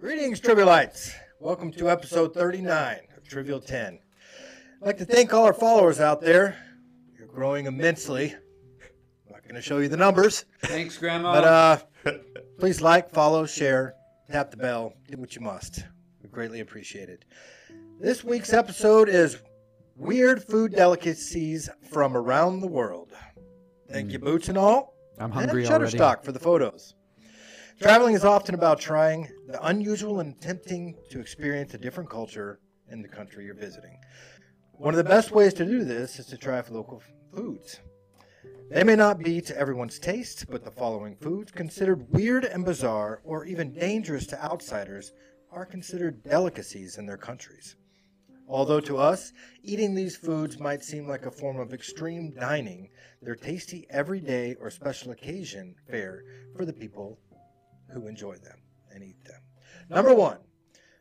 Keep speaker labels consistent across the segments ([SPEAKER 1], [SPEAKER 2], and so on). [SPEAKER 1] Greetings, Trivialites. Welcome to episode 39 of Trivial 10. I'd like to thank all our followers out there. You're growing immensely. I'm not going to show you the numbers,
[SPEAKER 2] Thanks, Grandma.
[SPEAKER 1] but uh, please like, follow, share, tap the bell, do what you must. We greatly appreciate it. This week's episode is Weird Food Delicacies from Around the World. Thank you, Boots and all.
[SPEAKER 3] Mm. I'm
[SPEAKER 1] And
[SPEAKER 3] hungry already.
[SPEAKER 1] Shutterstock for the photos. Traveling is often about trying the unusual and attempting to experience a different culture in the country you're visiting. One of the best ways to do this is to try local foods. They may not be to everyone's taste, but the following foods, considered weird and bizarre or even dangerous to outsiders, are considered delicacies in their countries. Although to us, eating these foods might seem like a form of extreme dining, their tasty everyday or special occasion fare for the people who enjoy them and eat them. Number one,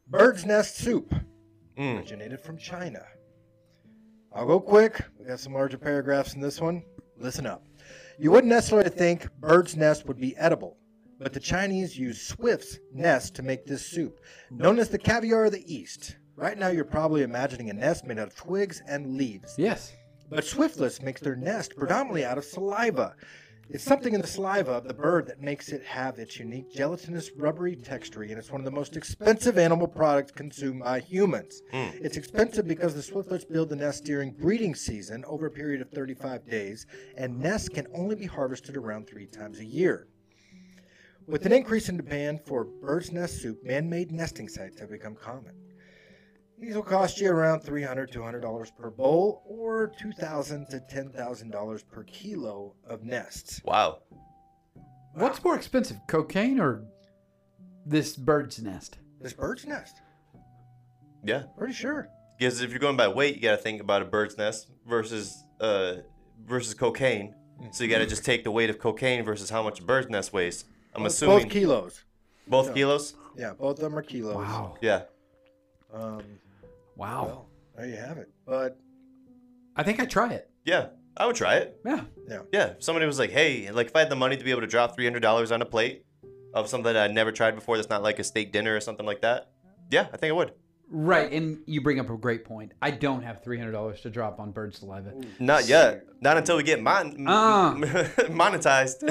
[SPEAKER 1] bird's nest soup, originated from China. I'll go quick. We have some larger paragraphs in this one. Listen up. You wouldn't necessarily think bird's nest would be edible, but the Chinese use swift's nest to make this soup, known as the caviar of the East. Right now, you're probably imagining a nest made out of twigs and leaves.
[SPEAKER 3] Yes.
[SPEAKER 1] But swiftlets makes their nest predominantly out of saliva. It's something in the saliva of the bird that makes it have its unique gelatinous, rubbery texture, and it's one of the most expensive animal products consumed by humans. It's expensive because the swiftlets build the nest during breeding season over a period of 35 days, and nests can only be harvested around three times a year. With an increase in demand for bird's nest soup, man made nesting sites have become common. These will cost you around $300, $200 per bowl or $2,000 to $10,000 per kilo of nests.
[SPEAKER 4] Wow.
[SPEAKER 3] What's more expensive, cocaine or this bird's nest?
[SPEAKER 1] This bird's nest,
[SPEAKER 4] Yeah.
[SPEAKER 1] pretty sure.
[SPEAKER 4] Because if you're going by weight, you got to think about a bird's nest versus uh versus cocaine. So you got to just take the weight of cocaine versus how much a bird's nest weighs. I'm
[SPEAKER 1] Both-
[SPEAKER 4] assuming
[SPEAKER 1] Both kilos. yeah.
[SPEAKER 4] both, kilos.
[SPEAKER 1] Yeah, both of them are kilos.
[SPEAKER 3] Wow. Oh.
[SPEAKER 4] Yeah.
[SPEAKER 1] Um,
[SPEAKER 3] Wow.
[SPEAKER 1] well, there you have it. But
[SPEAKER 3] I think I try it.
[SPEAKER 4] Yeah. I would try it.
[SPEAKER 3] Yeah.
[SPEAKER 4] Yeah. If somebody was like, "Hey, like if I had the money to be able to drop three hundred dollars on a plate of something that I'd never tried before, that's not like a steak dinner or something like that." Yeah, I think I would.
[SPEAKER 3] Right. And you bring up a great point. I don't have $300 to drop on bird saliva.
[SPEAKER 4] Not yet. Not until we get mon-
[SPEAKER 3] Ah.
[SPEAKER 4] monetized.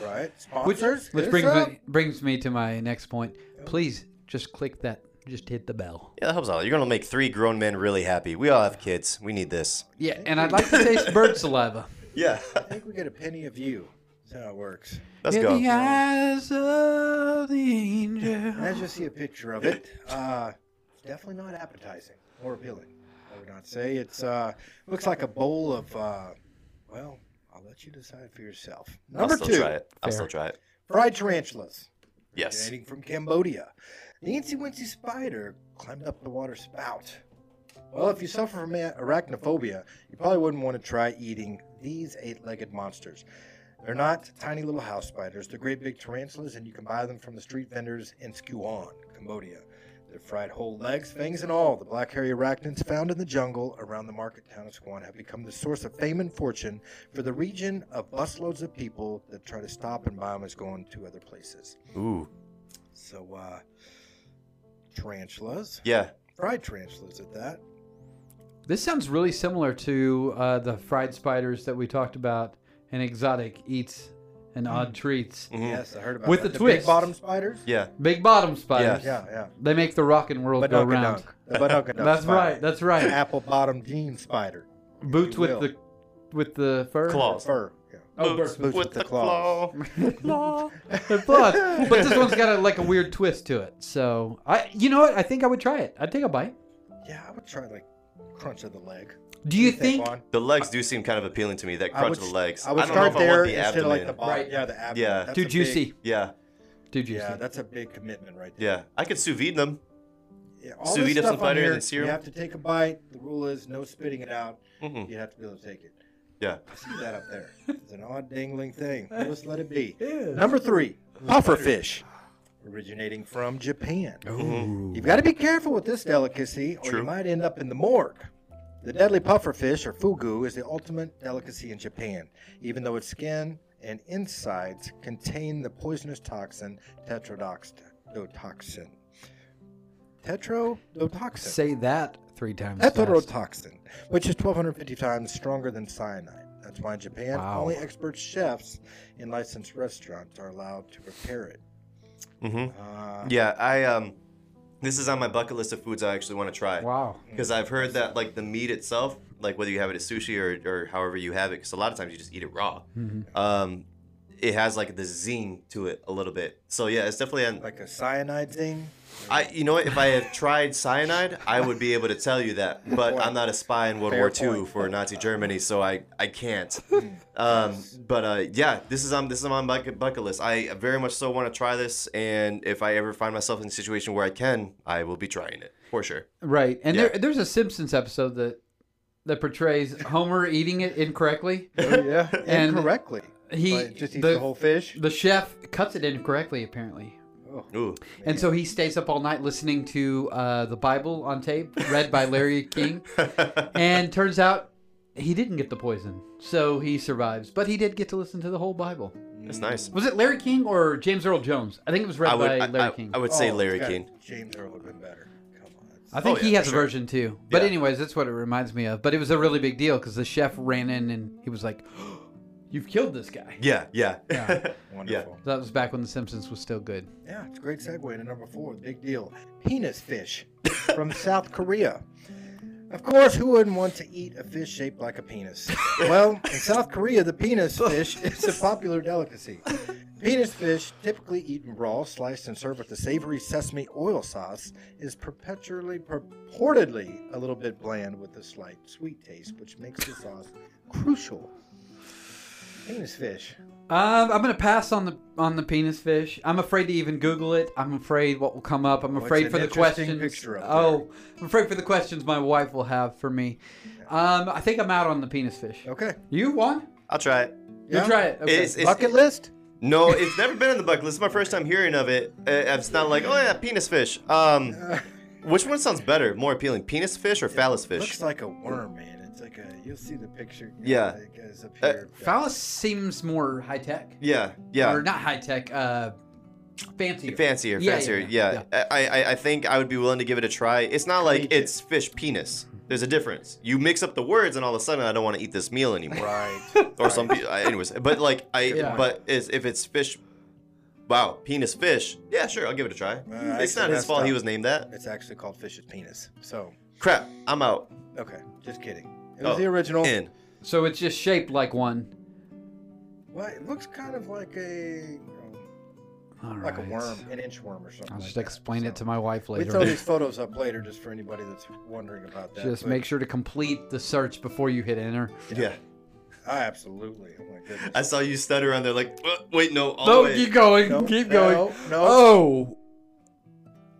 [SPEAKER 1] right,
[SPEAKER 3] Which,
[SPEAKER 1] sponsors. uh,
[SPEAKER 3] which
[SPEAKER 1] hit
[SPEAKER 3] brings
[SPEAKER 1] us up.
[SPEAKER 3] me, brings me to my next point. Please just click that. Just hit the bell.
[SPEAKER 4] yeah, that helps out. You're gonna make three grown men really happy. We all have kids. We need this.
[SPEAKER 3] Yeah. And I'd like to taste bird saliva.
[SPEAKER 4] Yeah.
[SPEAKER 1] I think we get a penny of you. That's how it works.
[SPEAKER 4] Let's
[SPEAKER 3] In
[SPEAKER 4] go.
[SPEAKER 3] the eyes of the angel.
[SPEAKER 1] And as you see a picture of it, uh, it's definitely not appetizing or appealing. I would not say it's. Uh, looks like a bowl of. Uh, well, I'll let you decide for yourself. Number
[SPEAKER 4] I'll still
[SPEAKER 1] two,
[SPEAKER 4] try it. I'll
[SPEAKER 3] Fair.
[SPEAKER 4] still try it.
[SPEAKER 1] fried tarantulas.
[SPEAKER 4] Yes.
[SPEAKER 1] Originating from Cambodia, the Incy Wincy spider climbed up the water spout. Well, if you suffer from a- arachnophobia, you probably wouldn't want to try eating these eight legged monsters. They're not tiny little house spiders, they're great big tarantulas, and you can buy them from the street vendors in Skuan, Cambodia. They're fried whole legs, fangs, and all. The black hairy arachnids found in the jungle around the market town of Skuan have become the source of fame and fortune for the region of busloads of people that try to stop and buy them as going to other places.
[SPEAKER 4] Ooh.
[SPEAKER 1] So, uh, tarantulas,
[SPEAKER 4] Yeah.
[SPEAKER 1] fried tarantulas at that.
[SPEAKER 3] This sounds really similar to uh, the fried spiders that we talked about in Exotic Eats and Odd Treats.
[SPEAKER 4] Mhm.
[SPEAKER 1] Yes, I heard about
[SPEAKER 3] With
[SPEAKER 1] that. big
[SPEAKER 3] the twist.
[SPEAKER 1] bottom spiders.
[SPEAKER 4] Yeah.
[SPEAKER 3] Big bottom spiders.
[SPEAKER 1] yeah, yeah.
[SPEAKER 3] They make the rockin' world go
[SPEAKER 1] Badunkadunk.
[SPEAKER 3] round.
[SPEAKER 1] The badunkadunk
[SPEAKER 3] That's
[SPEAKER 1] spider.
[SPEAKER 3] right. That's right.
[SPEAKER 1] Apple bottom jean spider.
[SPEAKER 3] Boots
[SPEAKER 1] you
[SPEAKER 3] with
[SPEAKER 1] will.
[SPEAKER 3] the with the fur.
[SPEAKER 4] Claws.
[SPEAKER 1] Fur. Yeah.
[SPEAKER 3] Oh,
[SPEAKER 4] Boots
[SPEAKER 1] boots with
[SPEAKER 4] with
[SPEAKER 1] the
[SPEAKER 4] the claw.
[SPEAKER 3] claw. The claws. But this one's got a, like a weird twist to it. So I, you know what? I think I would try it. I'd take a bite.
[SPEAKER 1] yeah, I would try like crunch of the leg.
[SPEAKER 3] Do you
[SPEAKER 1] Thick
[SPEAKER 3] think?
[SPEAKER 1] one.
[SPEAKER 4] The legs do seem kind of appealing to me. That
[SPEAKER 1] I
[SPEAKER 4] crunch
[SPEAKER 1] would-
[SPEAKER 4] of the legs.
[SPEAKER 1] I would
[SPEAKER 4] don't
[SPEAKER 1] start
[SPEAKER 4] know if I
[SPEAKER 1] there
[SPEAKER 4] want the
[SPEAKER 1] instead
[SPEAKER 4] abdomen.
[SPEAKER 1] of like the bottom.
[SPEAKER 3] Right.
[SPEAKER 1] Yeah, the abdomen.
[SPEAKER 4] Yeah.
[SPEAKER 1] That's
[SPEAKER 3] Too
[SPEAKER 1] a big-
[SPEAKER 3] juicy.
[SPEAKER 4] yeah.
[SPEAKER 3] Too juicy.
[SPEAKER 1] yeah, that's a big commitment right there.
[SPEAKER 4] Yeah. I could sous vide them.
[SPEAKER 1] Yeah, all
[SPEAKER 4] Sous
[SPEAKER 1] this
[SPEAKER 4] vide up
[SPEAKER 1] stuff
[SPEAKER 4] some
[SPEAKER 1] on
[SPEAKER 4] fighters
[SPEAKER 1] here,
[SPEAKER 4] and serum.
[SPEAKER 1] You have to take a bite. The rule is no spitting it out.
[SPEAKER 3] Mm-hmm.
[SPEAKER 4] Mhm.
[SPEAKER 1] You'd have to be able to take it.
[SPEAKER 4] Yeah.
[SPEAKER 1] I see that up there. It's an odd dangling thing. We'll Just let it be.
[SPEAKER 3] Ew.
[SPEAKER 1] Number three, Oh. pufferfish, originating from Japan.
[SPEAKER 3] Ooh.
[SPEAKER 1] You've got to be careful with this delicacy, or
[SPEAKER 4] True.
[SPEAKER 1] you might end up in the morgue. The deadly pufferfish, or fugu, is the ultimate delicacy in Japan, even though its skin and insides contain the poisonous toxin tetrodotoxin. tetrodotoxin. Tetrodotoxin.
[SPEAKER 3] Say that three times. fast.
[SPEAKER 1] Heterotoxin, which is 1,250 times stronger than cyanide. That's why in Japan,
[SPEAKER 3] Wow.
[SPEAKER 1] only expert chefs in licensed restaurants are allowed to prepare it.
[SPEAKER 4] hmm
[SPEAKER 1] Uh,
[SPEAKER 4] Yeah, I um, this is on my bucket list of foods I actually want to try.
[SPEAKER 3] Wow.
[SPEAKER 4] Because I've heard that like the meat itself, like whether you have it as sushi or, or however you have it, because a lot of times you just eat it raw.
[SPEAKER 1] Mm-hmm.
[SPEAKER 3] Mhm.
[SPEAKER 4] Um, it has like the zing to it a little bit. So yeah, it's definitely an.
[SPEAKER 1] Like a cyanide thing.
[SPEAKER 4] I you know what? If I had tried cyanide, I would be able to tell you that. But
[SPEAKER 1] point.
[SPEAKER 4] I'm not a spy in World
[SPEAKER 1] Fair
[SPEAKER 4] War II
[SPEAKER 1] point.
[SPEAKER 4] for Nazi Germany, so I I can't. Um, but uh, yeah, this is on this is on my bucket bucket list. I very much so want to try this, and if I ever find myself in a situation where I can, I will be trying it for sure.
[SPEAKER 3] Right. And
[SPEAKER 4] Yeah.
[SPEAKER 3] there, there's a Simpsons episode that that portrays Homer eating it incorrectly.
[SPEAKER 1] Oh, yeah.
[SPEAKER 3] And
[SPEAKER 1] Incorrectly.
[SPEAKER 3] He
[SPEAKER 1] Like, just eats
[SPEAKER 3] the,
[SPEAKER 1] the whole fish.
[SPEAKER 3] the chef cuts it incorrectly apparently.
[SPEAKER 1] Oh,
[SPEAKER 4] Ooh,
[SPEAKER 3] And so he stays up all night listening to uh, the Bible on tape, read by Larry King. And turns out he didn't get the poison. So he survives. But he did get to listen to the whole Bible.
[SPEAKER 4] that's nice.
[SPEAKER 3] Was it Larry King or James Earl Jones? I think it was read
[SPEAKER 4] I would
[SPEAKER 3] by
[SPEAKER 4] I,
[SPEAKER 3] Larry
[SPEAKER 4] I-
[SPEAKER 3] King.
[SPEAKER 4] I
[SPEAKER 3] I,
[SPEAKER 4] would say
[SPEAKER 1] Oh,
[SPEAKER 4] Larry
[SPEAKER 1] God,
[SPEAKER 4] King.
[SPEAKER 1] James Earl would have been better. Come on.
[SPEAKER 3] think
[SPEAKER 4] Oh,
[SPEAKER 3] he
[SPEAKER 4] yeah,
[SPEAKER 3] has
[SPEAKER 4] for
[SPEAKER 3] a
[SPEAKER 4] sure.
[SPEAKER 3] version too. But
[SPEAKER 4] Yeah.
[SPEAKER 3] anyways, that's what it reminds me of. But it was a really big deal because the chef ran in and he was like, "You've killed this guy."
[SPEAKER 4] Yeah, yeah.
[SPEAKER 1] Wonderful.
[SPEAKER 3] That was back when The Simpsons was still good.
[SPEAKER 1] Yeah. it's a great segue into number four. Big deal. Penis fish from South Korea. Of course, who wouldn't want to eat a fish shaped like a penis? Well, in South Korea, the penis fish is a popular delicacy. Penis fish, typically eaten raw, sliced, and served with a savory sesame oil sauce, is perpetually purportedly a little bit bland with a slight sweet taste, which makes the sauce crucial. Penis fish.
[SPEAKER 3] Um, I'm gonna pass on the on the penis fish. I'm afraid to even Google it. I'm afraid what will come up. I'm
[SPEAKER 1] Well,
[SPEAKER 3] afraid
[SPEAKER 1] it's
[SPEAKER 3] for
[SPEAKER 1] an
[SPEAKER 3] the
[SPEAKER 1] interesting
[SPEAKER 3] questions.
[SPEAKER 1] picture up
[SPEAKER 3] oh, I'm afraid for the questions my wife will have for me. Um, I think I'm out on the penis fish.
[SPEAKER 1] Okay.
[SPEAKER 3] You won.
[SPEAKER 4] I'll try it.
[SPEAKER 3] You try it. Okay.
[SPEAKER 4] It's, it's,
[SPEAKER 1] Bucket list?
[SPEAKER 4] No, it's never been on the bucket list. It's my first time hearing of it. Uh, It's not like, oh yeah, penis fish. Um, which one sounds better, more appealing, penis fish or phallus fish?
[SPEAKER 1] Looks like a worm, man. It's like a. You'll see the picture.
[SPEAKER 4] Yeah.
[SPEAKER 1] It goes up
[SPEAKER 4] Uh,
[SPEAKER 1] here.
[SPEAKER 3] Phallus seems more high tech.
[SPEAKER 4] Yeah, yeah.
[SPEAKER 3] Or not high tech. Uh, fancier.
[SPEAKER 4] Fancier,
[SPEAKER 3] Yeah, yeah,
[SPEAKER 4] fancier.
[SPEAKER 3] yeah,
[SPEAKER 4] Yeah, I, I, I think I would be willing to give it a try. It's not like it's fish penis. There's a difference. You mix up the words, and all of a sudden, I don't want to eat this meal anymore.
[SPEAKER 1] right.
[SPEAKER 4] or some, pe- I- anyways. But like, I,
[SPEAKER 3] Yeah.
[SPEAKER 4] but is if it's fish, wow, penis fish. Yeah, sure, I'll give it a try.
[SPEAKER 1] Uh,
[SPEAKER 4] it's
[SPEAKER 1] I
[SPEAKER 4] not his
[SPEAKER 1] messed
[SPEAKER 4] fault he
[SPEAKER 1] up.
[SPEAKER 4] was named that.
[SPEAKER 1] It's actually called Fish's Penis. So,
[SPEAKER 4] Crap, I'm out.
[SPEAKER 1] okay. Just kidding. It was
[SPEAKER 4] Oh,
[SPEAKER 1] the original.
[SPEAKER 4] In.
[SPEAKER 3] So it's just shaped like one.
[SPEAKER 1] Well, it looks kind of like a. oh,
[SPEAKER 3] All
[SPEAKER 1] Like
[SPEAKER 3] right.
[SPEAKER 1] a worm, an inchworm or something.
[SPEAKER 3] I'll
[SPEAKER 1] like
[SPEAKER 3] just
[SPEAKER 1] that.
[SPEAKER 3] explain it to
[SPEAKER 1] So,
[SPEAKER 3] my wife
[SPEAKER 1] We throw
[SPEAKER 3] later.
[SPEAKER 1] these photos up later just for anybody that's wondering about that.
[SPEAKER 3] Just
[SPEAKER 1] but-
[SPEAKER 3] make sure to complete the search before you hit enter.
[SPEAKER 4] yeah.
[SPEAKER 1] I absolutely. Oh my goodness.
[SPEAKER 4] I saw you stutter on there, like, "Uh, wait, no, all
[SPEAKER 3] No,
[SPEAKER 4] the way.
[SPEAKER 3] keep going.
[SPEAKER 1] No,
[SPEAKER 3] keep going.
[SPEAKER 1] No. no.
[SPEAKER 3] Oh,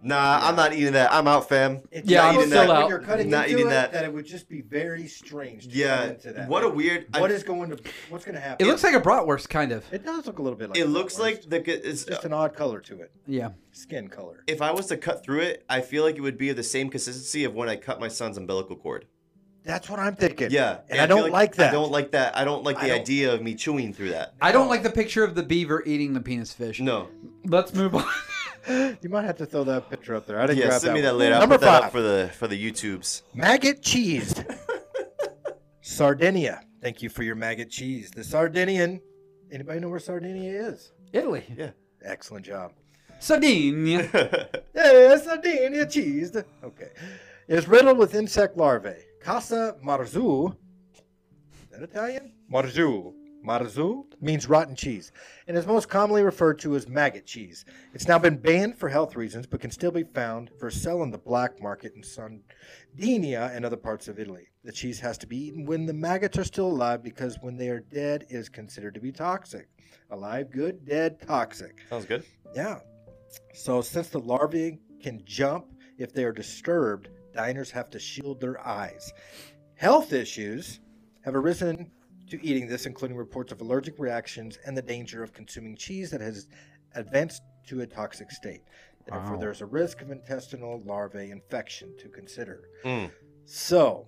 [SPEAKER 4] Nah, I'm not eating that. I'm out, fam.
[SPEAKER 1] It's
[SPEAKER 3] Yeah,
[SPEAKER 1] not
[SPEAKER 3] I'm
[SPEAKER 1] eating
[SPEAKER 3] still
[SPEAKER 1] that.
[SPEAKER 3] out.
[SPEAKER 1] When you're cutting
[SPEAKER 4] Not
[SPEAKER 1] into
[SPEAKER 4] eating
[SPEAKER 1] it,
[SPEAKER 4] that.
[SPEAKER 1] that it would just be very strange. To cut
[SPEAKER 4] Yeah.
[SPEAKER 1] into that.
[SPEAKER 4] What a weird. I-
[SPEAKER 1] What is going to? What's going to happen?
[SPEAKER 3] it looks like a bratwurst, kind of.
[SPEAKER 1] It does look a little bit like.
[SPEAKER 4] It
[SPEAKER 1] a
[SPEAKER 4] looks
[SPEAKER 1] bratwurst.
[SPEAKER 4] like the. It's,
[SPEAKER 1] just an odd color to it,
[SPEAKER 3] Yeah.
[SPEAKER 1] skin color.
[SPEAKER 4] if I was to cut through it, I feel like it would be of the same consistency of when I cut my son's umbilical cord.
[SPEAKER 1] That's what I'm thinking.
[SPEAKER 4] Yeah,
[SPEAKER 1] and I
[SPEAKER 4] feel
[SPEAKER 1] don't like, that.
[SPEAKER 4] I don't like that. I don't like
[SPEAKER 1] I
[SPEAKER 4] the
[SPEAKER 1] don't-
[SPEAKER 4] idea of me chewing through that.
[SPEAKER 3] I don't like the picture of the beaver eating the penis fish.
[SPEAKER 4] No.
[SPEAKER 3] Let's move on.
[SPEAKER 1] you might have to throw that picture up there. I didn't
[SPEAKER 4] Yeah,
[SPEAKER 1] grab
[SPEAKER 4] send me
[SPEAKER 1] that
[SPEAKER 4] that
[SPEAKER 1] one.
[SPEAKER 4] later. I'll
[SPEAKER 1] Number
[SPEAKER 4] put that
[SPEAKER 1] five.
[SPEAKER 4] up for the for the YouTubes.
[SPEAKER 1] Maggot cheesed. Sardinia. Thank you for your maggot cheese. The Sardinian. Anybody know where Sardinia is?
[SPEAKER 3] Italy.
[SPEAKER 1] Excellent job.
[SPEAKER 3] Sardinia.
[SPEAKER 1] Yeah, Sardinia cheesed. Okay. It's riddled with insect larvae. Casa Marzu. Is that Italian? Marzu. Marzu means rotten cheese and is most commonly referred to as maggot cheese. It's now been banned for health reasons but can still be found for sale on the black market in Sardinia and other parts of Italy. The cheese has to be eaten when the maggots are still alive because when they are dead it is considered to be toxic. Alive good, dead toxic.
[SPEAKER 4] Sounds good.
[SPEAKER 1] Yeah. So since the larvae can jump if they are disturbed, diners have to shield their eyes. Health issues have arisen to eating this, including reports of allergic reactions and the danger of consuming cheese that has advanced to a toxic state. Therefore,
[SPEAKER 3] Wow.
[SPEAKER 1] there's a risk of intestinal larvae infection to consider.
[SPEAKER 4] Mm.
[SPEAKER 1] So,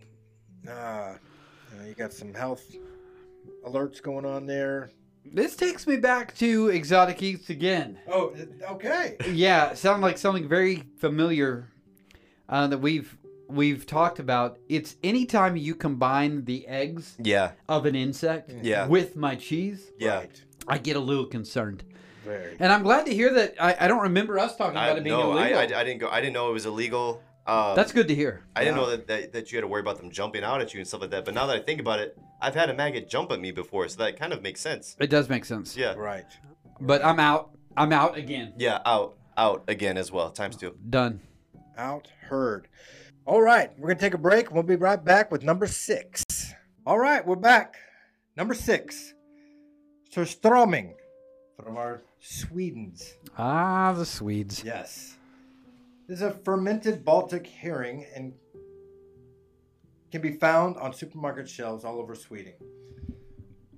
[SPEAKER 1] uh, you, know, you got some health alerts going on there.
[SPEAKER 3] This takes me back to exotic eats again.
[SPEAKER 1] Oh, it- okay.
[SPEAKER 3] Yeah, sound like something very familiar uh, that we've we've talked about. It's anytime you combine the eggs
[SPEAKER 4] Yeah.
[SPEAKER 3] of an insect
[SPEAKER 4] Yeah.
[SPEAKER 3] with my cheese,
[SPEAKER 4] Yeah.
[SPEAKER 1] Mm-hmm. Right.
[SPEAKER 3] I get a little concerned.
[SPEAKER 1] Very.
[SPEAKER 3] And I'm glad to hear that. I, I don't remember us talking about
[SPEAKER 4] I,
[SPEAKER 3] it being
[SPEAKER 4] no, I,
[SPEAKER 3] illegal.
[SPEAKER 4] I, I didn't go. I didn't know it was illegal. Uh,
[SPEAKER 3] That's good to hear.
[SPEAKER 4] I didn't
[SPEAKER 1] Yeah.
[SPEAKER 4] know that, that, that you had to worry about them jumping out at you and stuff like that. But now that I think about it, I've had a maggot jump at me before, so that kind of makes sense.
[SPEAKER 3] It does make sense.
[SPEAKER 4] Yeah.
[SPEAKER 1] Right.
[SPEAKER 3] But I'm out. I'm out again.
[SPEAKER 4] Yeah. Out. Out again as well. Times two.
[SPEAKER 3] Done.
[SPEAKER 1] Out heard. All right, we're gonna take a break. We'll be right back with number six. All right, we're back. Number six. Sir Strömming from our Sweden's.
[SPEAKER 3] Ah, the Swedes.
[SPEAKER 1] Yes. This is a fermented Baltic herring and can be found on supermarket shelves all over Sweden.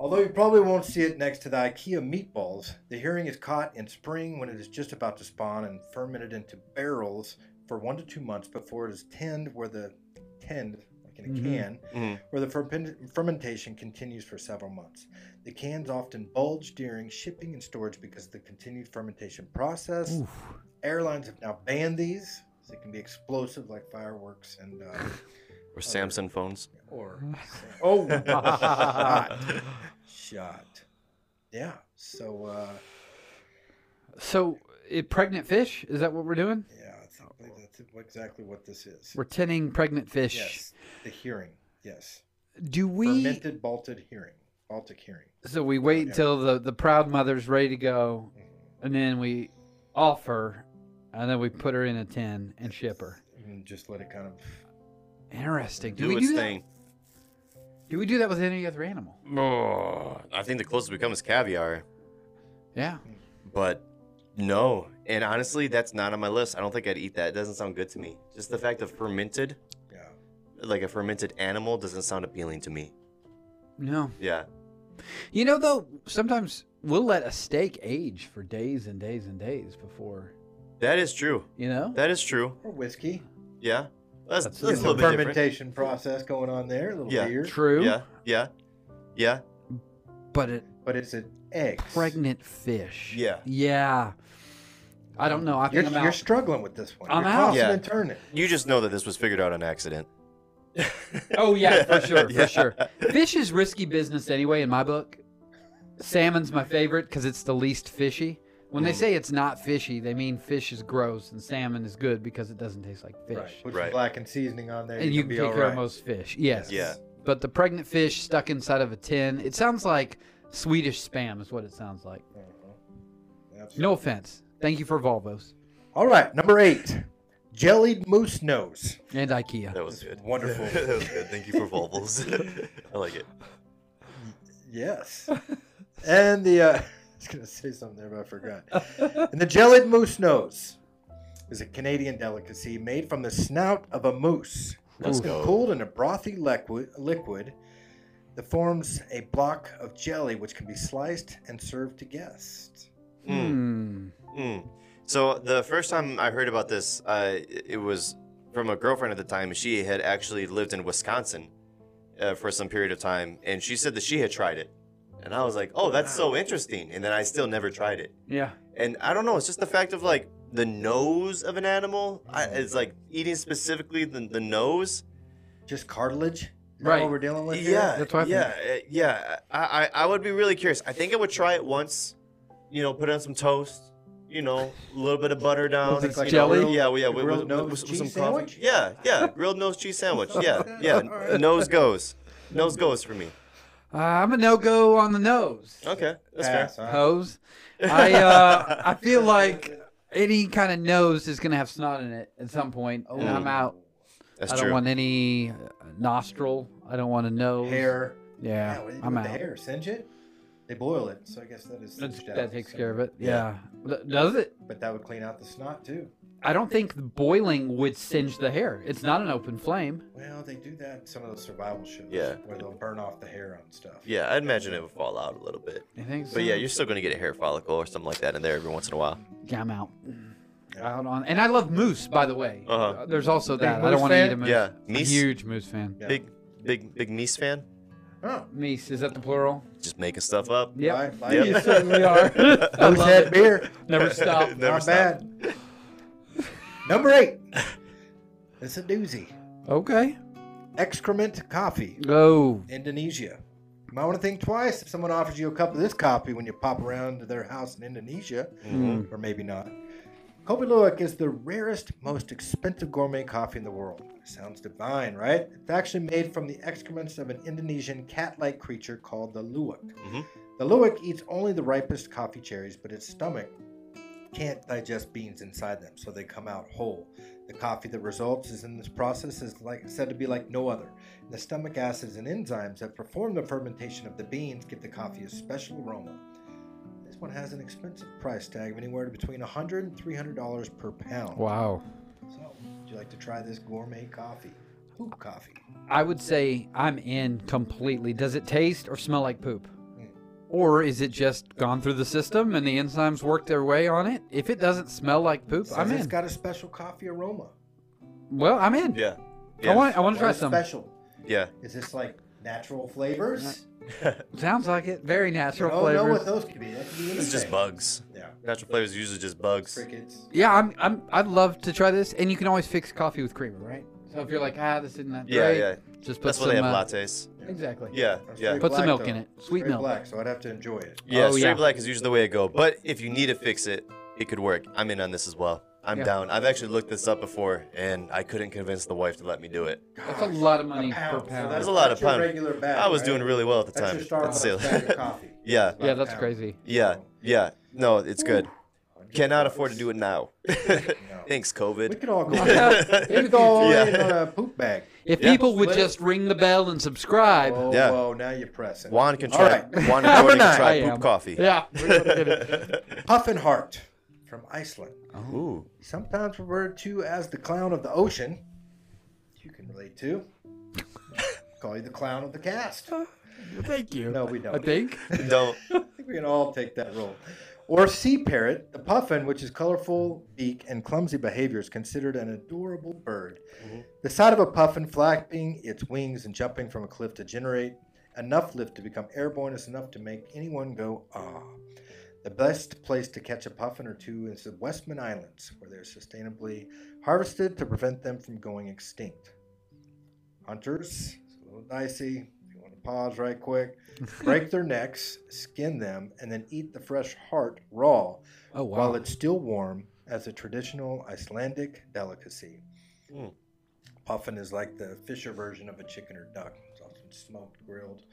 [SPEAKER 1] Although you probably won't see it next to the IKEA meatballs, the herring is caught in spring when it is just about to spawn and fermented into barrels for one to two months before it is tinned where the tinned like in a
[SPEAKER 3] Mhm.
[SPEAKER 1] can
[SPEAKER 4] Mhm.
[SPEAKER 1] where the ferment- fermentation continues for several months. The cans often bulge during shipping and storage because of the continued fermentation process
[SPEAKER 3] Oof.
[SPEAKER 1] airlines have now banned these. So it can be explosive like fireworks and uh,
[SPEAKER 4] Or Samsung phones.
[SPEAKER 1] or oh shot shot. Yeah. So uh,
[SPEAKER 3] So, it, pregnant fish? Is that what we're doing?
[SPEAKER 1] yeah, I think that's exactly what this is.
[SPEAKER 3] We're tinning pregnant fish.
[SPEAKER 1] Yes, the hearing. Yes,
[SPEAKER 3] Do we?
[SPEAKER 1] fermented Baltic hearing. Baltic hearing.
[SPEAKER 3] So we wait
[SPEAKER 1] Yeah.
[SPEAKER 3] until the the proud mother's ready to go,
[SPEAKER 1] Mm,
[SPEAKER 3] and then we off her, and then we put her in a tin and ship her.
[SPEAKER 1] And just let it kind of.
[SPEAKER 3] Interesting. Do,
[SPEAKER 4] Do
[SPEAKER 3] we
[SPEAKER 4] its
[SPEAKER 3] do that?
[SPEAKER 4] thing.
[SPEAKER 3] Do we do that with any other animal?
[SPEAKER 4] Oh, I think the closest we come is caviar,
[SPEAKER 3] Yeah.
[SPEAKER 4] but no. And honestly, that's not on my list. I don't think I'd eat that. It doesn't sound good to me. Just the fact of fermented,
[SPEAKER 1] Yeah.
[SPEAKER 4] like a fermented animal, doesn't sound appealing to me.
[SPEAKER 3] No.
[SPEAKER 4] Yeah.
[SPEAKER 3] You know though, sometimes we'll let a steak age for days and days and days before
[SPEAKER 4] That is true.
[SPEAKER 3] you know.
[SPEAKER 4] That is true.
[SPEAKER 1] Or whiskey.
[SPEAKER 4] Yeah. That's,
[SPEAKER 3] That's
[SPEAKER 4] that's,
[SPEAKER 1] There's
[SPEAKER 3] It's
[SPEAKER 4] a little
[SPEAKER 1] a
[SPEAKER 4] bit different.
[SPEAKER 1] fermentation process going on there. A little
[SPEAKER 4] Yeah,
[SPEAKER 1] beer.
[SPEAKER 3] True.
[SPEAKER 4] Yeah. Yeah. Yeah.
[SPEAKER 3] But it
[SPEAKER 1] But it's an egg.
[SPEAKER 3] pregnant fish.
[SPEAKER 4] Yeah.
[SPEAKER 3] Yeah. I don't know. I
[SPEAKER 1] You're,
[SPEAKER 3] think I'm
[SPEAKER 1] you're
[SPEAKER 3] out.
[SPEAKER 1] struggling with this one.
[SPEAKER 3] I'm
[SPEAKER 1] you're
[SPEAKER 3] out.
[SPEAKER 1] tossing
[SPEAKER 4] Yeah.
[SPEAKER 1] and turning.
[SPEAKER 4] You just know that this was figured out on accident.
[SPEAKER 3] Oh yeah, for sure, for
[SPEAKER 4] Yeah.
[SPEAKER 3] sure. Fish is risky business anyway in my book. Salmon's my favorite because it's the least fishy. When they
[SPEAKER 4] Mm.
[SPEAKER 3] say it's not fishy, they mean fish is gross and salmon is good because it doesn't taste like fish.
[SPEAKER 1] Right. Put some
[SPEAKER 4] Right.
[SPEAKER 1] black and seasoning on there.
[SPEAKER 3] And
[SPEAKER 1] you'll
[SPEAKER 3] you can
[SPEAKER 1] be
[SPEAKER 3] take
[SPEAKER 1] all
[SPEAKER 3] care of
[SPEAKER 1] right.
[SPEAKER 3] most fish. Yes.
[SPEAKER 4] Yeah.
[SPEAKER 3] But the pregnant fish stuck inside of a tin, it sounds like Swedish spam is what it sounds like. No offense. Thank you for Volvos
[SPEAKER 1] Mm-hmm. All right, number eight, jellied moose nose.
[SPEAKER 3] and IKEA.
[SPEAKER 4] That was good.
[SPEAKER 1] Wonderful.
[SPEAKER 4] that was good. Thank you for Volvels. I like it.
[SPEAKER 1] Yes. and the uh, I was gonna say something there, but I forgot. and the jellied moose nose is a Canadian delicacy made from the snout of a moose.
[SPEAKER 4] Let's
[SPEAKER 1] Ooh.
[SPEAKER 4] go.
[SPEAKER 1] Cooled in a brothy liquid, liquid that forms a block of jelly, which can be sliced and served to guests.
[SPEAKER 4] Mm.
[SPEAKER 3] Hmm.
[SPEAKER 4] Mm. So the first time I heard about this, uh, it was from a girlfriend at the time. She had actually lived in Wisconsin uh, for some period of time, and she said that she had tried it. And I was like, "Oh, that's so interesting." And then I still never tried it.
[SPEAKER 3] Yeah.
[SPEAKER 4] And I don't know. It's just the fact of like the nose of an animal. I, it's like eating specifically the, the nose.
[SPEAKER 1] Just cartilage. Is that
[SPEAKER 3] Right.
[SPEAKER 1] What we're dealing with. here?
[SPEAKER 4] Yeah,
[SPEAKER 3] That's what I
[SPEAKER 4] yeah, uh, yeah. I, I, I would be really curious. I think I would try it once. You know, put on some toast. You know, a little bit of butter down.
[SPEAKER 3] Like
[SPEAKER 4] you know,
[SPEAKER 3] jelly?
[SPEAKER 4] grilled- yeah, well, yeah.
[SPEAKER 1] Like
[SPEAKER 4] With,
[SPEAKER 1] grilled
[SPEAKER 4] with,
[SPEAKER 1] nose
[SPEAKER 4] with, with some
[SPEAKER 1] cheese
[SPEAKER 4] coffee.
[SPEAKER 1] sandwich?
[SPEAKER 4] Yeah, yeah. Grilled nose cheese sandwich. Yeah,
[SPEAKER 1] Okay,
[SPEAKER 4] yeah.
[SPEAKER 1] all right.
[SPEAKER 4] Nose goes. Nose goes for me.
[SPEAKER 3] Uh, I'm a no go on the nose.
[SPEAKER 4] Okay, that's
[SPEAKER 1] Pass,
[SPEAKER 4] fair.
[SPEAKER 1] huh?
[SPEAKER 3] hose. I uh, I feel like any kind of nose is gonna have snot in it at some point, and I'm out.
[SPEAKER 4] That's
[SPEAKER 3] I don't
[SPEAKER 4] true.
[SPEAKER 3] want any uh, nostril. I don't want a nose.
[SPEAKER 1] Hair.
[SPEAKER 3] Yeah,
[SPEAKER 1] Yeah, what do you do
[SPEAKER 3] I'm
[SPEAKER 1] with the
[SPEAKER 3] out.
[SPEAKER 1] hair? Singe it? They boil it, so I guess that is
[SPEAKER 3] That's,
[SPEAKER 1] singed out,
[SPEAKER 3] that takes
[SPEAKER 1] so-
[SPEAKER 3] care of it. Yeah. Th- Does it?
[SPEAKER 1] But that would clean out the snot too.
[SPEAKER 3] I don't think boiling would singe the hair. It's not an open flame.
[SPEAKER 1] Well, they do that in some of those survival shows.
[SPEAKER 4] Yeah.
[SPEAKER 1] Where they'll burn off the hair on stuff.
[SPEAKER 4] Yeah, I'd imagine it would fall out a little bit.
[SPEAKER 3] I think so.
[SPEAKER 4] But yeah, you're still gonna get a hair follicle or something like that in there every once in a while.
[SPEAKER 3] Yeah, I'm out. Out on, and I love moose. By the way,
[SPEAKER 4] Uh-huh.
[SPEAKER 3] there's also
[SPEAKER 1] Big
[SPEAKER 3] that. I
[SPEAKER 1] moose
[SPEAKER 3] don't want to eat
[SPEAKER 1] fan?
[SPEAKER 3] a moose.
[SPEAKER 4] Yeah,
[SPEAKER 3] I'm a
[SPEAKER 4] meese?
[SPEAKER 3] huge moose fan.
[SPEAKER 1] Yeah.
[SPEAKER 4] Big, big, big Mies fan.
[SPEAKER 1] Oh,
[SPEAKER 3] Meese, is that the plural?
[SPEAKER 4] Just making stuff up.
[SPEAKER 3] Yep.
[SPEAKER 1] Right, right.
[SPEAKER 3] You certainly are. I
[SPEAKER 1] who's
[SPEAKER 3] love
[SPEAKER 1] had
[SPEAKER 3] it.
[SPEAKER 1] beer?
[SPEAKER 3] Never stop.
[SPEAKER 4] Never
[SPEAKER 1] Not
[SPEAKER 4] stop.
[SPEAKER 1] bad. Number eight. It's a doozy.
[SPEAKER 3] Okay.
[SPEAKER 1] Excrement coffee,
[SPEAKER 3] Oh,
[SPEAKER 1] Indonesia. You might want to think twice if someone offers you a cup of this coffee when you pop around to their house in Indonesia, or maybe not. Kopi Luwak is the rarest, most expensive gourmet coffee in the world. Sounds divine, right? It's actually made from the excrements of an Indonesian cat-like creature called the luwak.
[SPEAKER 4] Mhm.
[SPEAKER 1] The luwak eats only the ripest coffee cherries, but its stomach can't digest beans inside them, so they come out whole. The coffee that results is in this process is like said to be like no other. The stomach acids and enzymes that perform the fermentation of the beans give the coffee a special aroma. This one has an expensive price tag of anywhere between $100 and $300 per pound.
[SPEAKER 3] wow.
[SPEAKER 1] So, would you like to try this gourmet coffee? Poop coffee.
[SPEAKER 3] I would say I'm in completely. Does it taste or smell like poop? Or is it just gone through the system and the enzymes worked their way on it? If it doesn't smell like poop,
[SPEAKER 1] Says
[SPEAKER 3] I'm
[SPEAKER 1] It's
[SPEAKER 3] in.
[SPEAKER 1] got a special coffee aroma.
[SPEAKER 3] Well, I'm in.
[SPEAKER 4] Yeah.
[SPEAKER 3] I want. I want
[SPEAKER 1] What
[SPEAKER 3] to try
[SPEAKER 1] is
[SPEAKER 3] some.
[SPEAKER 1] special?
[SPEAKER 4] Yeah.
[SPEAKER 1] Is this like natural flavors?
[SPEAKER 3] Sounds like it. Very
[SPEAKER 1] You
[SPEAKER 3] natural
[SPEAKER 1] don't Oh, know
[SPEAKER 3] flavors.
[SPEAKER 1] what those could be. That could be anything.
[SPEAKER 4] It's just bugs.
[SPEAKER 1] Yeah.
[SPEAKER 4] Natural flavors are usually just bugs.
[SPEAKER 1] Crickets.
[SPEAKER 3] yeah, I'm. I'm. I'd love to try this. And you can always fix coffee with creamer, right? So if you're like, ah, this isn't that
[SPEAKER 4] Yeah,
[SPEAKER 3] great,
[SPEAKER 4] yeah.
[SPEAKER 3] just put
[SPEAKER 4] That's why
[SPEAKER 3] some.
[SPEAKER 4] they have
[SPEAKER 3] uh,
[SPEAKER 4] lattes.
[SPEAKER 3] Exactly.
[SPEAKER 4] Yeah,
[SPEAKER 1] That's
[SPEAKER 4] yeah.
[SPEAKER 1] very
[SPEAKER 3] Put some
[SPEAKER 1] black,
[SPEAKER 3] milk
[SPEAKER 1] though.
[SPEAKER 3] in it.
[SPEAKER 1] It's
[SPEAKER 3] Sweet
[SPEAKER 1] very
[SPEAKER 3] milk.
[SPEAKER 1] black, so I'd have to enjoy it.
[SPEAKER 4] Yeah,
[SPEAKER 3] Oh,
[SPEAKER 4] straight
[SPEAKER 3] yeah.
[SPEAKER 4] black is usually the way to go. But if you need to fix it, it could work. I'm in on this as well. I'm
[SPEAKER 3] Yeah.
[SPEAKER 4] down. I've actually looked this up before, and I couldn't convince the wife to let me do it.
[SPEAKER 3] That's a lot of money per
[SPEAKER 1] pound. So
[SPEAKER 3] pound.
[SPEAKER 4] That's
[SPEAKER 1] that's-
[SPEAKER 4] a lot
[SPEAKER 1] that's
[SPEAKER 4] of
[SPEAKER 1] your
[SPEAKER 4] fun.
[SPEAKER 1] regular bag,
[SPEAKER 4] I was doing
[SPEAKER 1] right?
[SPEAKER 4] really well at the
[SPEAKER 1] That's your
[SPEAKER 4] time.
[SPEAKER 1] Starbucks bag of coffee. Oh,
[SPEAKER 4] Yeah.
[SPEAKER 1] It's about
[SPEAKER 3] yeah,
[SPEAKER 1] a
[SPEAKER 3] that's
[SPEAKER 1] pound.
[SPEAKER 3] crazy.
[SPEAKER 4] yeah, yeah. No, it's good. Cannot afford to do it now. Thanks,
[SPEAKER 1] We
[SPEAKER 4] COVID.
[SPEAKER 1] could all go. we
[SPEAKER 3] In the
[SPEAKER 1] could go all
[SPEAKER 4] future.
[SPEAKER 1] in
[SPEAKER 4] Yeah.
[SPEAKER 1] on a poop bag.
[SPEAKER 3] If
[SPEAKER 4] Yeah.
[SPEAKER 3] people would just ring the bell and subscribe.
[SPEAKER 1] Whoa,
[SPEAKER 4] Yeah.
[SPEAKER 1] whoa! Now you're pressing.
[SPEAKER 4] Juan can
[SPEAKER 1] All
[SPEAKER 4] try.
[SPEAKER 1] right.
[SPEAKER 4] Juan
[SPEAKER 1] Number
[SPEAKER 4] and
[SPEAKER 1] nine.
[SPEAKER 4] Jordan can
[SPEAKER 3] I
[SPEAKER 4] try poop
[SPEAKER 3] am.
[SPEAKER 4] coffee.
[SPEAKER 3] Yeah. we're gonna get it.
[SPEAKER 1] Puffin Heart from Iceland,
[SPEAKER 4] Ooh.
[SPEAKER 1] sometimes referred to as the clown of the ocean. You can relate to. Call you the clown of the cast.
[SPEAKER 3] Thank you.
[SPEAKER 1] No, we don't.
[SPEAKER 3] I think.
[SPEAKER 4] Don't.
[SPEAKER 1] I think we can all take that role. Or sea parrot, the puffin, which is colorful beak and clumsy behavior, is considered an adorable bird. The sight of a puffin flapping its wings and jumping from a cliff to generate enough lift to become airborne is enough to make anyone go ah. The best place to catch a puffin or two is the Westman Islands, where they're sustainably harvested to prevent them from going extinct. Hunters, it's a little dicey. If you want to pause right quick, break their necks, skin them, and then eat the fresh heart raw
[SPEAKER 3] Oh wow.
[SPEAKER 1] while it's still warm as a traditional Icelandic delicacy.
[SPEAKER 4] Mm.
[SPEAKER 1] Puffin is like the Fisher version of a chicken or duck. It's often smoked, grilled.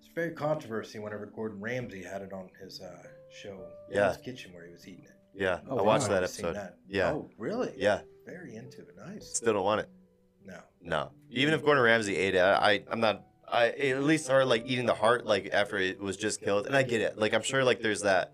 [SPEAKER 1] It's very controversy whenever Gordon Ramsay had it on his uh, show, in
[SPEAKER 4] Yeah.
[SPEAKER 1] his kitchen where he was eating it.
[SPEAKER 4] Yeah.
[SPEAKER 3] Oh,
[SPEAKER 4] I
[SPEAKER 3] wow.
[SPEAKER 4] watched that
[SPEAKER 1] I've seen
[SPEAKER 4] episode.
[SPEAKER 1] that.
[SPEAKER 4] Yeah.
[SPEAKER 1] Oh, really?
[SPEAKER 4] Yeah.
[SPEAKER 1] Very into it. Nice.
[SPEAKER 4] Still don't want it.
[SPEAKER 1] No.
[SPEAKER 4] No. Even if Gordon Ramsay ate it, I, I I'm not. I at least her like eating the heart like after it was just killed, and I get it. Like I'm sure like there's that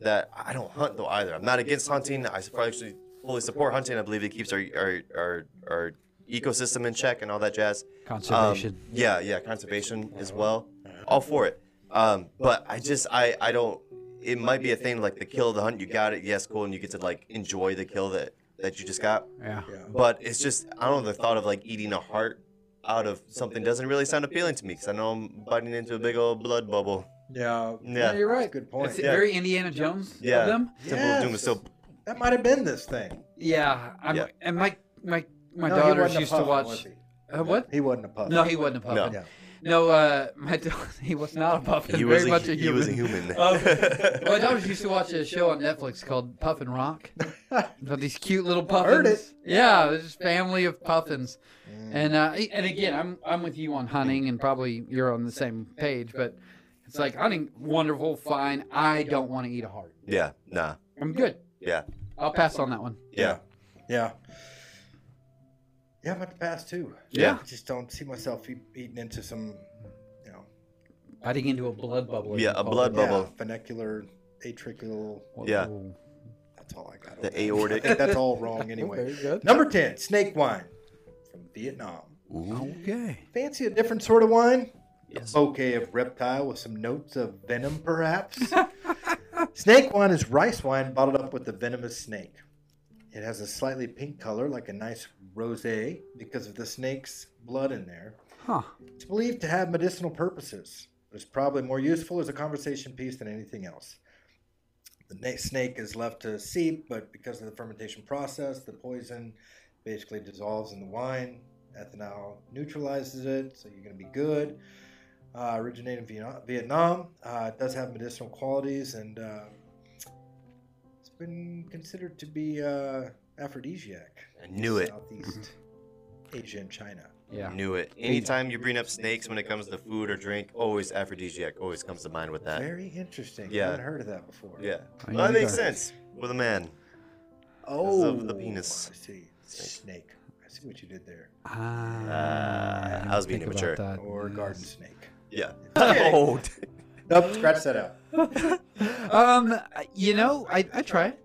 [SPEAKER 4] that I don't hunt though either. I'm not against hunting. I s- actually fully support hunting. I believe it keeps our our our, our ecosystem in check and all that jazz. Um,
[SPEAKER 3] Conservation.
[SPEAKER 4] yeah, yeah, conservation as well. All for it. Um, but I just I I don't. It might be a thing like the kill, the hunt. You got it. Yes, cool, and you get to like enjoy the kill that that you just got.
[SPEAKER 3] yeah.
[SPEAKER 1] Yeah.
[SPEAKER 4] But it's just, I don't know, the thought of like eating a heart out of something doesn't really sound appealing to me because I know I'm biting into a big old blood bubble.
[SPEAKER 1] Yeah.
[SPEAKER 3] You're
[SPEAKER 4] Yeah.
[SPEAKER 1] That's a
[SPEAKER 3] right.
[SPEAKER 1] good
[SPEAKER 3] It's
[SPEAKER 1] point.
[SPEAKER 4] Yeah.
[SPEAKER 3] very Indiana Jones
[SPEAKER 4] Yeah.
[SPEAKER 3] of them.
[SPEAKER 4] Temple of Doom is so.
[SPEAKER 1] That might have been this thing.
[SPEAKER 3] Yeah. I'm,
[SPEAKER 4] Yeah.
[SPEAKER 3] And my my my
[SPEAKER 1] No, he
[SPEAKER 3] daughters
[SPEAKER 1] wasn't a
[SPEAKER 3] used to
[SPEAKER 1] puffin,
[SPEAKER 3] watch.
[SPEAKER 1] was he?
[SPEAKER 3] Uh, what?
[SPEAKER 1] He wasn't a puffin.
[SPEAKER 3] No, he wasn't a puppet.
[SPEAKER 1] Yeah.
[SPEAKER 3] No, uh, my da- he was not a puppet.
[SPEAKER 4] He
[SPEAKER 3] very
[SPEAKER 4] was, a,
[SPEAKER 3] much a
[SPEAKER 4] he
[SPEAKER 3] human.
[SPEAKER 4] was a human.
[SPEAKER 3] Um, my daughters used to watch a show on Netflix called Puffin Rock. About these cute little puffins.
[SPEAKER 1] Heard it.
[SPEAKER 3] Yeah, there's this family of puffins.
[SPEAKER 4] Mm.
[SPEAKER 3] And uh, and again, I'm I'm with you on hunting, and probably you're on the same page. But it's like hunting, wonderful, fine. I don't want to eat a heart.
[SPEAKER 4] yeah, nah.
[SPEAKER 3] I'm good.
[SPEAKER 4] Yeah,
[SPEAKER 3] I'll pass on that one.
[SPEAKER 4] yeah.
[SPEAKER 1] Yeah. Yeah, I'm about to pass too.
[SPEAKER 4] Yeah.
[SPEAKER 1] I just don't see myself e- eating into some, you know,
[SPEAKER 3] Biting into a blood bubble.
[SPEAKER 4] Yeah, a blood
[SPEAKER 1] yeah,
[SPEAKER 4] Bubble.
[SPEAKER 1] funicular, atricular.
[SPEAKER 4] yeah.
[SPEAKER 1] That's all I got. on
[SPEAKER 4] The
[SPEAKER 1] that.
[SPEAKER 4] aortic.
[SPEAKER 1] I think that's all wrong anyway.
[SPEAKER 3] Very good.
[SPEAKER 1] Number 10, snake wine from Vietnam.
[SPEAKER 4] Ooh.
[SPEAKER 3] Okay.
[SPEAKER 1] Fancy a different sort of wine?
[SPEAKER 4] Yes.
[SPEAKER 1] A bouquet of reptile with some notes of venom, perhaps? snake wine is rice wine bottled up with a venomous snake. It has a slightly pink color, like a nice rose, because of the snake's blood in there.
[SPEAKER 3] Huh.
[SPEAKER 1] It's believed to have medicinal purposes. It's probably more useful as a conversation piece than anything else. The na- snake is left to seep, but because of the fermentation process, the poison basically dissolves in the wine. Ethanol neutralizes it, so you're going to be good. Uh, originated in Vietna- Vietnam, uh, it does have medicinal qualities, and uh, it's been considered to be uh, aphrodisiac.
[SPEAKER 4] I knew
[SPEAKER 1] in
[SPEAKER 4] it. Mm-hmm.
[SPEAKER 1] Southeast Asia and China.
[SPEAKER 3] Yeah.
[SPEAKER 4] Knew it. Anytime you bring up snakes when it comes to food or drink, always aphrodisiac always comes to mind with that.
[SPEAKER 1] Very interesting.
[SPEAKER 4] Yeah.
[SPEAKER 1] I haven't heard of that before.
[SPEAKER 4] Yeah.
[SPEAKER 3] I
[SPEAKER 4] Well, that
[SPEAKER 3] knew
[SPEAKER 4] makes
[SPEAKER 3] that.
[SPEAKER 4] sense with a man.
[SPEAKER 1] Oh,
[SPEAKER 4] of the penis.
[SPEAKER 1] I see. Snake. I see what you did there.
[SPEAKER 3] Ah,
[SPEAKER 4] Uh, I was being
[SPEAKER 3] think
[SPEAKER 4] immature.
[SPEAKER 3] about that,
[SPEAKER 1] Or
[SPEAKER 3] yes.
[SPEAKER 1] garden snake.
[SPEAKER 4] Yeah.
[SPEAKER 1] Okay.
[SPEAKER 4] Oh,
[SPEAKER 1] Nope, scratch that out.
[SPEAKER 3] Um, I- you know, I I try it.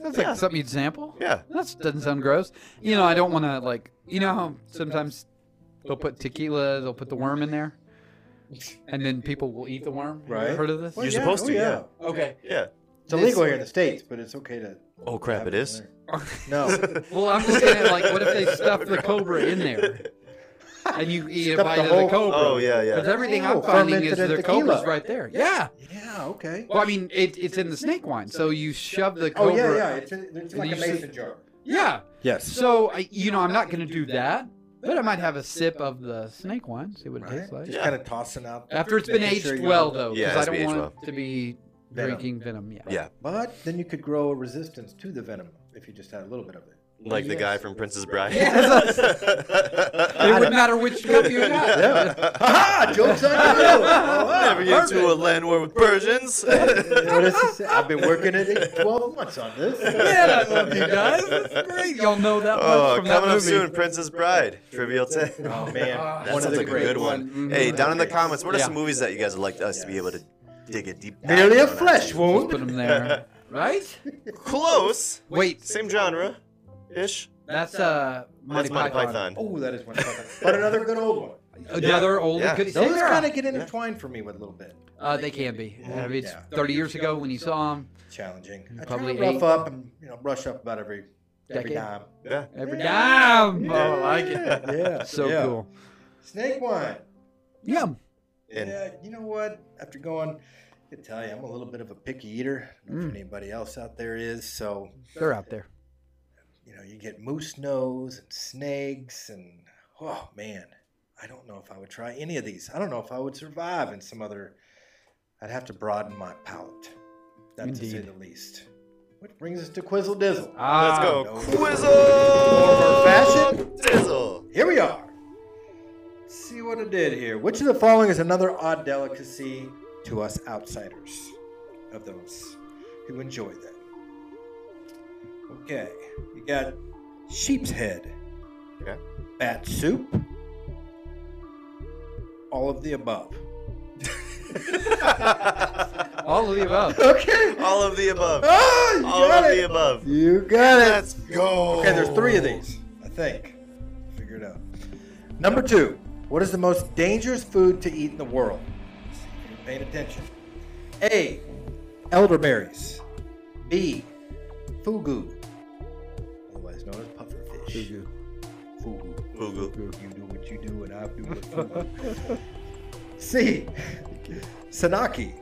[SPEAKER 3] That's
[SPEAKER 4] Yeah.
[SPEAKER 3] like something you'd sample.
[SPEAKER 4] yeah.
[SPEAKER 3] That doesn't sound gross. You know, I don't want to like. You know how sometimes they'll put tequila, they'll put the worm in there, and then people will eat the worm. Have you
[SPEAKER 1] Right.
[SPEAKER 3] Heard of this?
[SPEAKER 4] Well, You're supposed to, yeah.
[SPEAKER 3] Okay.
[SPEAKER 4] Yeah.
[SPEAKER 1] oh, It's illegal here in the States, but it's okay to.
[SPEAKER 4] Oh crap!
[SPEAKER 1] have
[SPEAKER 4] It is.
[SPEAKER 1] in there. No.
[SPEAKER 3] Well, I'm just saying, like, what if they stuff the cobra in there, and you eat a
[SPEAKER 1] Stuff
[SPEAKER 3] bite
[SPEAKER 1] the
[SPEAKER 3] of
[SPEAKER 1] whole-
[SPEAKER 3] the cobra?
[SPEAKER 4] Oh yeah,
[SPEAKER 3] Because
[SPEAKER 4] yeah.
[SPEAKER 3] everything
[SPEAKER 1] Oh,
[SPEAKER 3] I'm finding
[SPEAKER 1] fermented
[SPEAKER 3] is
[SPEAKER 1] in
[SPEAKER 3] the
[SPEAKER 1] tequila.
[SPEAKER 3] cobra's right there. Yeah.
[SPEAKER 1] yeah, okay.
[SPEAKER 3] Well, I mean, it, it's in the snake wine, so you shove the
[SPEAKER 1] Oh,
[SPEAKER 3] cobra.
[SPEAKER 1] yeah, yeah. It's, in, it's
[SPEAKER 3] And
[SPEAKER 1] like a
[SPEAKER 3] you see-
[SPEAKER 1] mason jar.
[SPEAKER 3] Yeah.
[SPEAKER 1] Yes.
[SPEAKER 3] So, I, you know, I'm not going to do that, but I might have a sip of the snake wine, see what it tastes like.
[SPEAKER 1] Just kind of tossing out.
[SPEAKER 3] After it's been
[SPEAKER 1] Make sure
[SPEAKER 3] aged
[SPEAKER 1] you
[SPEAKER 3] well,
[SPEAKER 1] don't-
[SPEAKER 3] though,
[SPEAKER 4] Yeah, it
[SPEAKER 3] because
[SPEAKER 4] has
[SPEAKER 3] I
[SPEAKER 4] to be
[SPEAKER 3] don't
[SPEAKER 4] aged
[SPEAKER 3] want
[SPEAKER 4] well.
[SPEAKER 3] it to be
[SPEAKER 1] Venom.
[SPEAKER 3] drinking venom. Yeah.
[SPEAKER 4] Yeah.
[SPEAKER 1] But then you could grow a resistance to the venom if you just had a little bit of it.
[SPEAKER 4] Like the
[SPEAKER 3] Yes.
[SPEAKER 4] guy from Princess Bride.
[SPEAKER 3] Yes. It wouldn't matter which cup you got.
[SPEAKER 1] Ha Joke's on you!
[SPEAKER 4] Never get to a land war with Persians.
[SPEAKER 1] What does he say? I've been working at it 12 months on this.
[SPEAKER 3] Man, I love you guys. It's great. Y'all know that much
[SPEAKER 4] Oh,
[SPEAKER 3] from that
[SPEAKER 4] coming up
[SPEAKER 3] movie.
[SPEAKER 4] soon, Princess Bride, Trivial 10.
[SPEAKER 1] Oh, man.
[SPEAKER 4] That
[SPEAKER 1] One of
[SPEAKER 4] sounds
[SPEAKER 1] the
[SPEAKER 4] like a
[SPEAKER 1] great
[SPEAKER 4] good one.
[SPEAKER 1] ones.
[SPEAKER 3] one.
[SPEAKER 4] Hey,
[SPEAKER 1] Mhm.
[SPEAKER 4] down in the comments, what are
[SPEAKER 3] Yeah.
[SPEAKER 4] some movies that you guys would like us to be able to dig a deep dive
[SPEAKER 1] Merely a
[SPEAKER 4] on?
[SPEAKER 1] flesh
[SPEAKER 3] Just
[SPEAKER 1] wound.
[SPEAKER 3] put them there. Right?
[SPEAKER 4] Close.
[SPEAKER 3] Wait,
[SPEAKER 4] Same genre ish.
[SPEAKER 3] that's uh, Monty
[SPEAKER 4] That's Monty
[SPEAKER 3] Python.
[SPEAKER 4] Python.
[SPEAKER 1] Oh, that is one. but another good old one.
[SPEAKER 3] Another old
[SPEAKER 4] Yeah.
[SPEAKER 3] goodie.
[SPEAKER 1] Those
[SPEAKER 3] Yeah.
[SPEAKER 1] kind of get intertwined for me with a little bit.
[SPEAKER 3] Uh, they can be. I mean, it's
[SPEAKER 1] Yeah.
[SPEAKER 3] 30 years ago when you saw them.
[SPEAKER 1] Challenging. I
[SPEAKER 3] Probably
[SPEAKER 1] try to rough
[SPEAKER 3] eight.
[SPEAKER 1] up and you know brush up about every every
[SPEAKER 3] Decade?
[SPEAKER 1] time.
[SPEAKER 4] Yeah.
[SPEAKER 3] Every
[SPEAKER 1] Yeah.
[SPEAKER 3] time. Oh, I like it.
[SPEAKER 1] Yeah,
[SPEAKER 3] So
[SPEAKER 1] yeah.
[SPEAKER 3] cool.
[SPEAKER 1] Snake wine.
[SPEAKER 3] Yum.
[SPEAKER 4] And
[SPEAKER 1] yeah, you know what? After going, I can tell you, I'm a little bit of a picky eater. I don't know if
[SPEAKER 3] Mm.
[SPEAKER 1] anybody else out there is. So
[SPEAKER 3] They're out there.
[SPEAKER 1] you know, you get moose nose and snakes, and oh man, I don't know if I would try any of these. I don't know if I would survive in some other. I'd have to broaden my palate. That's to say
[SPEAKER 3] Indeed.
[SPEAKER 1] the least. Which brings us to Quizzle Dizzle.
[SPEAKER 4] let's
[SPEAKER 3] Ah,
[SPEAKER 4] go.
[SPEAKER 1] no.
[SPEAKER 4] Quizzle!
[SPEAKER 1] Fashion?
[SPEAKER 4] Dizzle!
[SPEAKER 1] Here we are. Let's see what it did here. Which of the following is another odd delicacy to us outsiders of those who enjoy them? Okay, you got sheep's head,
[SPEAKER 4] Okay.
[SPEAKER 1] bat soup, all of the above.
[SPEAKER 3] All of the above.
[SPEAKER 1] Okay.
[SPEAKER 4] All of the above.
[SPEAKER 1] Oh, you
[SPEAKER 4] All
[SPEAKER 1] got
[SPEAKER 4] of
[SPEAKER 1] it.
[SPEAKER 4] the above.
[SPEAKER 1] You got it.
[SPEAKER 4] Let's go.
[SPEAKER 1] Okay, there's three of these, I think. Figure it out. Number two, what is the most dangerous food to eat in the world? See if you're paying attention. A. Elderberries. B. Fugu, otherwise known as pufferfish.
[SPEAKER 3] Fugu.
[SPEAKER 1] Fugu.
[SPEAKER 4] Fugu.
[SPEAKER 1] You do what you do, and I do what you do. C. Sanaki,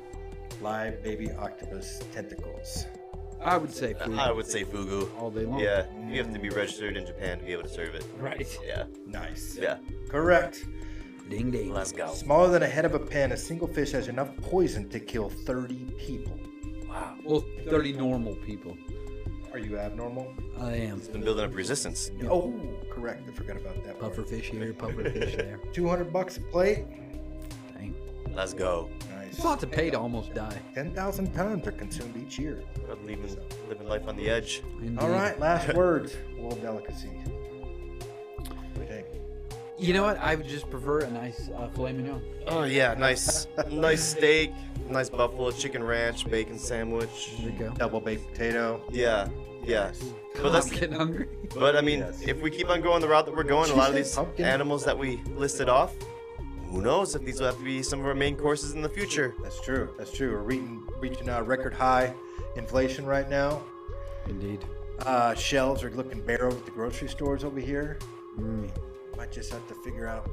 [SPEAKER 1] live baby octopus tentacles.
[SPEAKER 3] I would say
[SPEAKER 4] I
[SPEAKER 3] food
[SPEAKER 4] would say Fugu.
[SPEAKER 3] all day long.
[SPEAKER 4] Yeah, you have to be registered in Japan to be able to serve it.
[SPEAKER 3] Right.
[SPEAKER 4] Yeah,
[SPEAKER 1] Nice.
[SPEAKER 4] yeah.
[SPEAKER 1] Correct.
[SPEAKER 3] Ding ding.
[SPEAKER 4] Let's go.
[SPEAKER 1] Smaller than a head of a pin, a single fish has enough poison to kill 30 people.
[SPEAKER 4] Wow.
[SPEAKER 3] Well, 30 normal people.
[SPEAKER 1] Are you abnormal?
[SPEAKER 3] I am.
[SPEAKER 4] Been building up resistance.
[SPEAKER 1] Oh, correct. I forgot about that. part.
[SPEAKER 3] Pufferfish here, pufferfish there.
[SPEAKER 1] 200 bucks a plate.
[SPEAKER 3] Dang.
[SPEAKER 4] Let's go.
[SPEAKER 1] Nice.
[SPEAKER 3] It's a lot to pay to almost die.
[SPEAKER 1] 10,000 tons are consumed each year.
[SPEAKER 4] I'm living, living life on the edge.
[SPEAKER 3] Indeed.
[SPEAKER 1] All right, last words. World delicacy. What do you think?
[SPEAKER 3] You know what? I would just prefer a nice uh, filet mignon.
[SPEAKER 4] Oh yeah, nice, nice steak, nice buffalo chicken ranch, bacon sandwich.
[SPEAKER 3] There you go.
[SPEAKER 1] Double baked potato.
[SPEAKER 4] Yeah, yeah. But
[SPEAKER 3] I'm
[SPEAKER 4] that's,
[SPEAKER 3] getting hungry.
[SPEAKER 4] but I mean,
[SPEAKER 1] Yes.
[SPEAKER 4] if we keep on going the route that we're going, a
[SPEAKER 1] you
[SPEAKER 4] lot of
[SPEAKER 1] say,
[SPEAKER 4] these
[SPEAKER 1] pumpkin?
[SPEAKER 4] animals that we listed off, who knows if these will have to be some of our main courses in the future.
[SPEAKER 1] That's true. That's true. We're reaching, reaching a record high inflation right now.
[SPEAKER 3] Indeed.
[SPEAKER 1] Uh, shelves are looking barren at the grocery stores over here. Might just have to figure out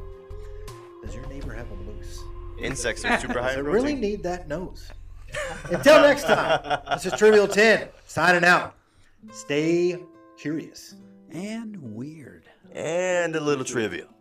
[SPEAKER 1] Does your neighbor have a moose?
[SPEAKER 4] Insects are super high.
[SPEAKER 1] Does
[SPEAKER 4] in
[SPEAKER 1] it really
[SPEAKER 4] protein.
[SPEAKER 1] need that nose? Until next time, this is Trivial 10, signing out. Stay curious.
[SPEAKER 3] And weird.
[SPEAKER 4] and a little trivial.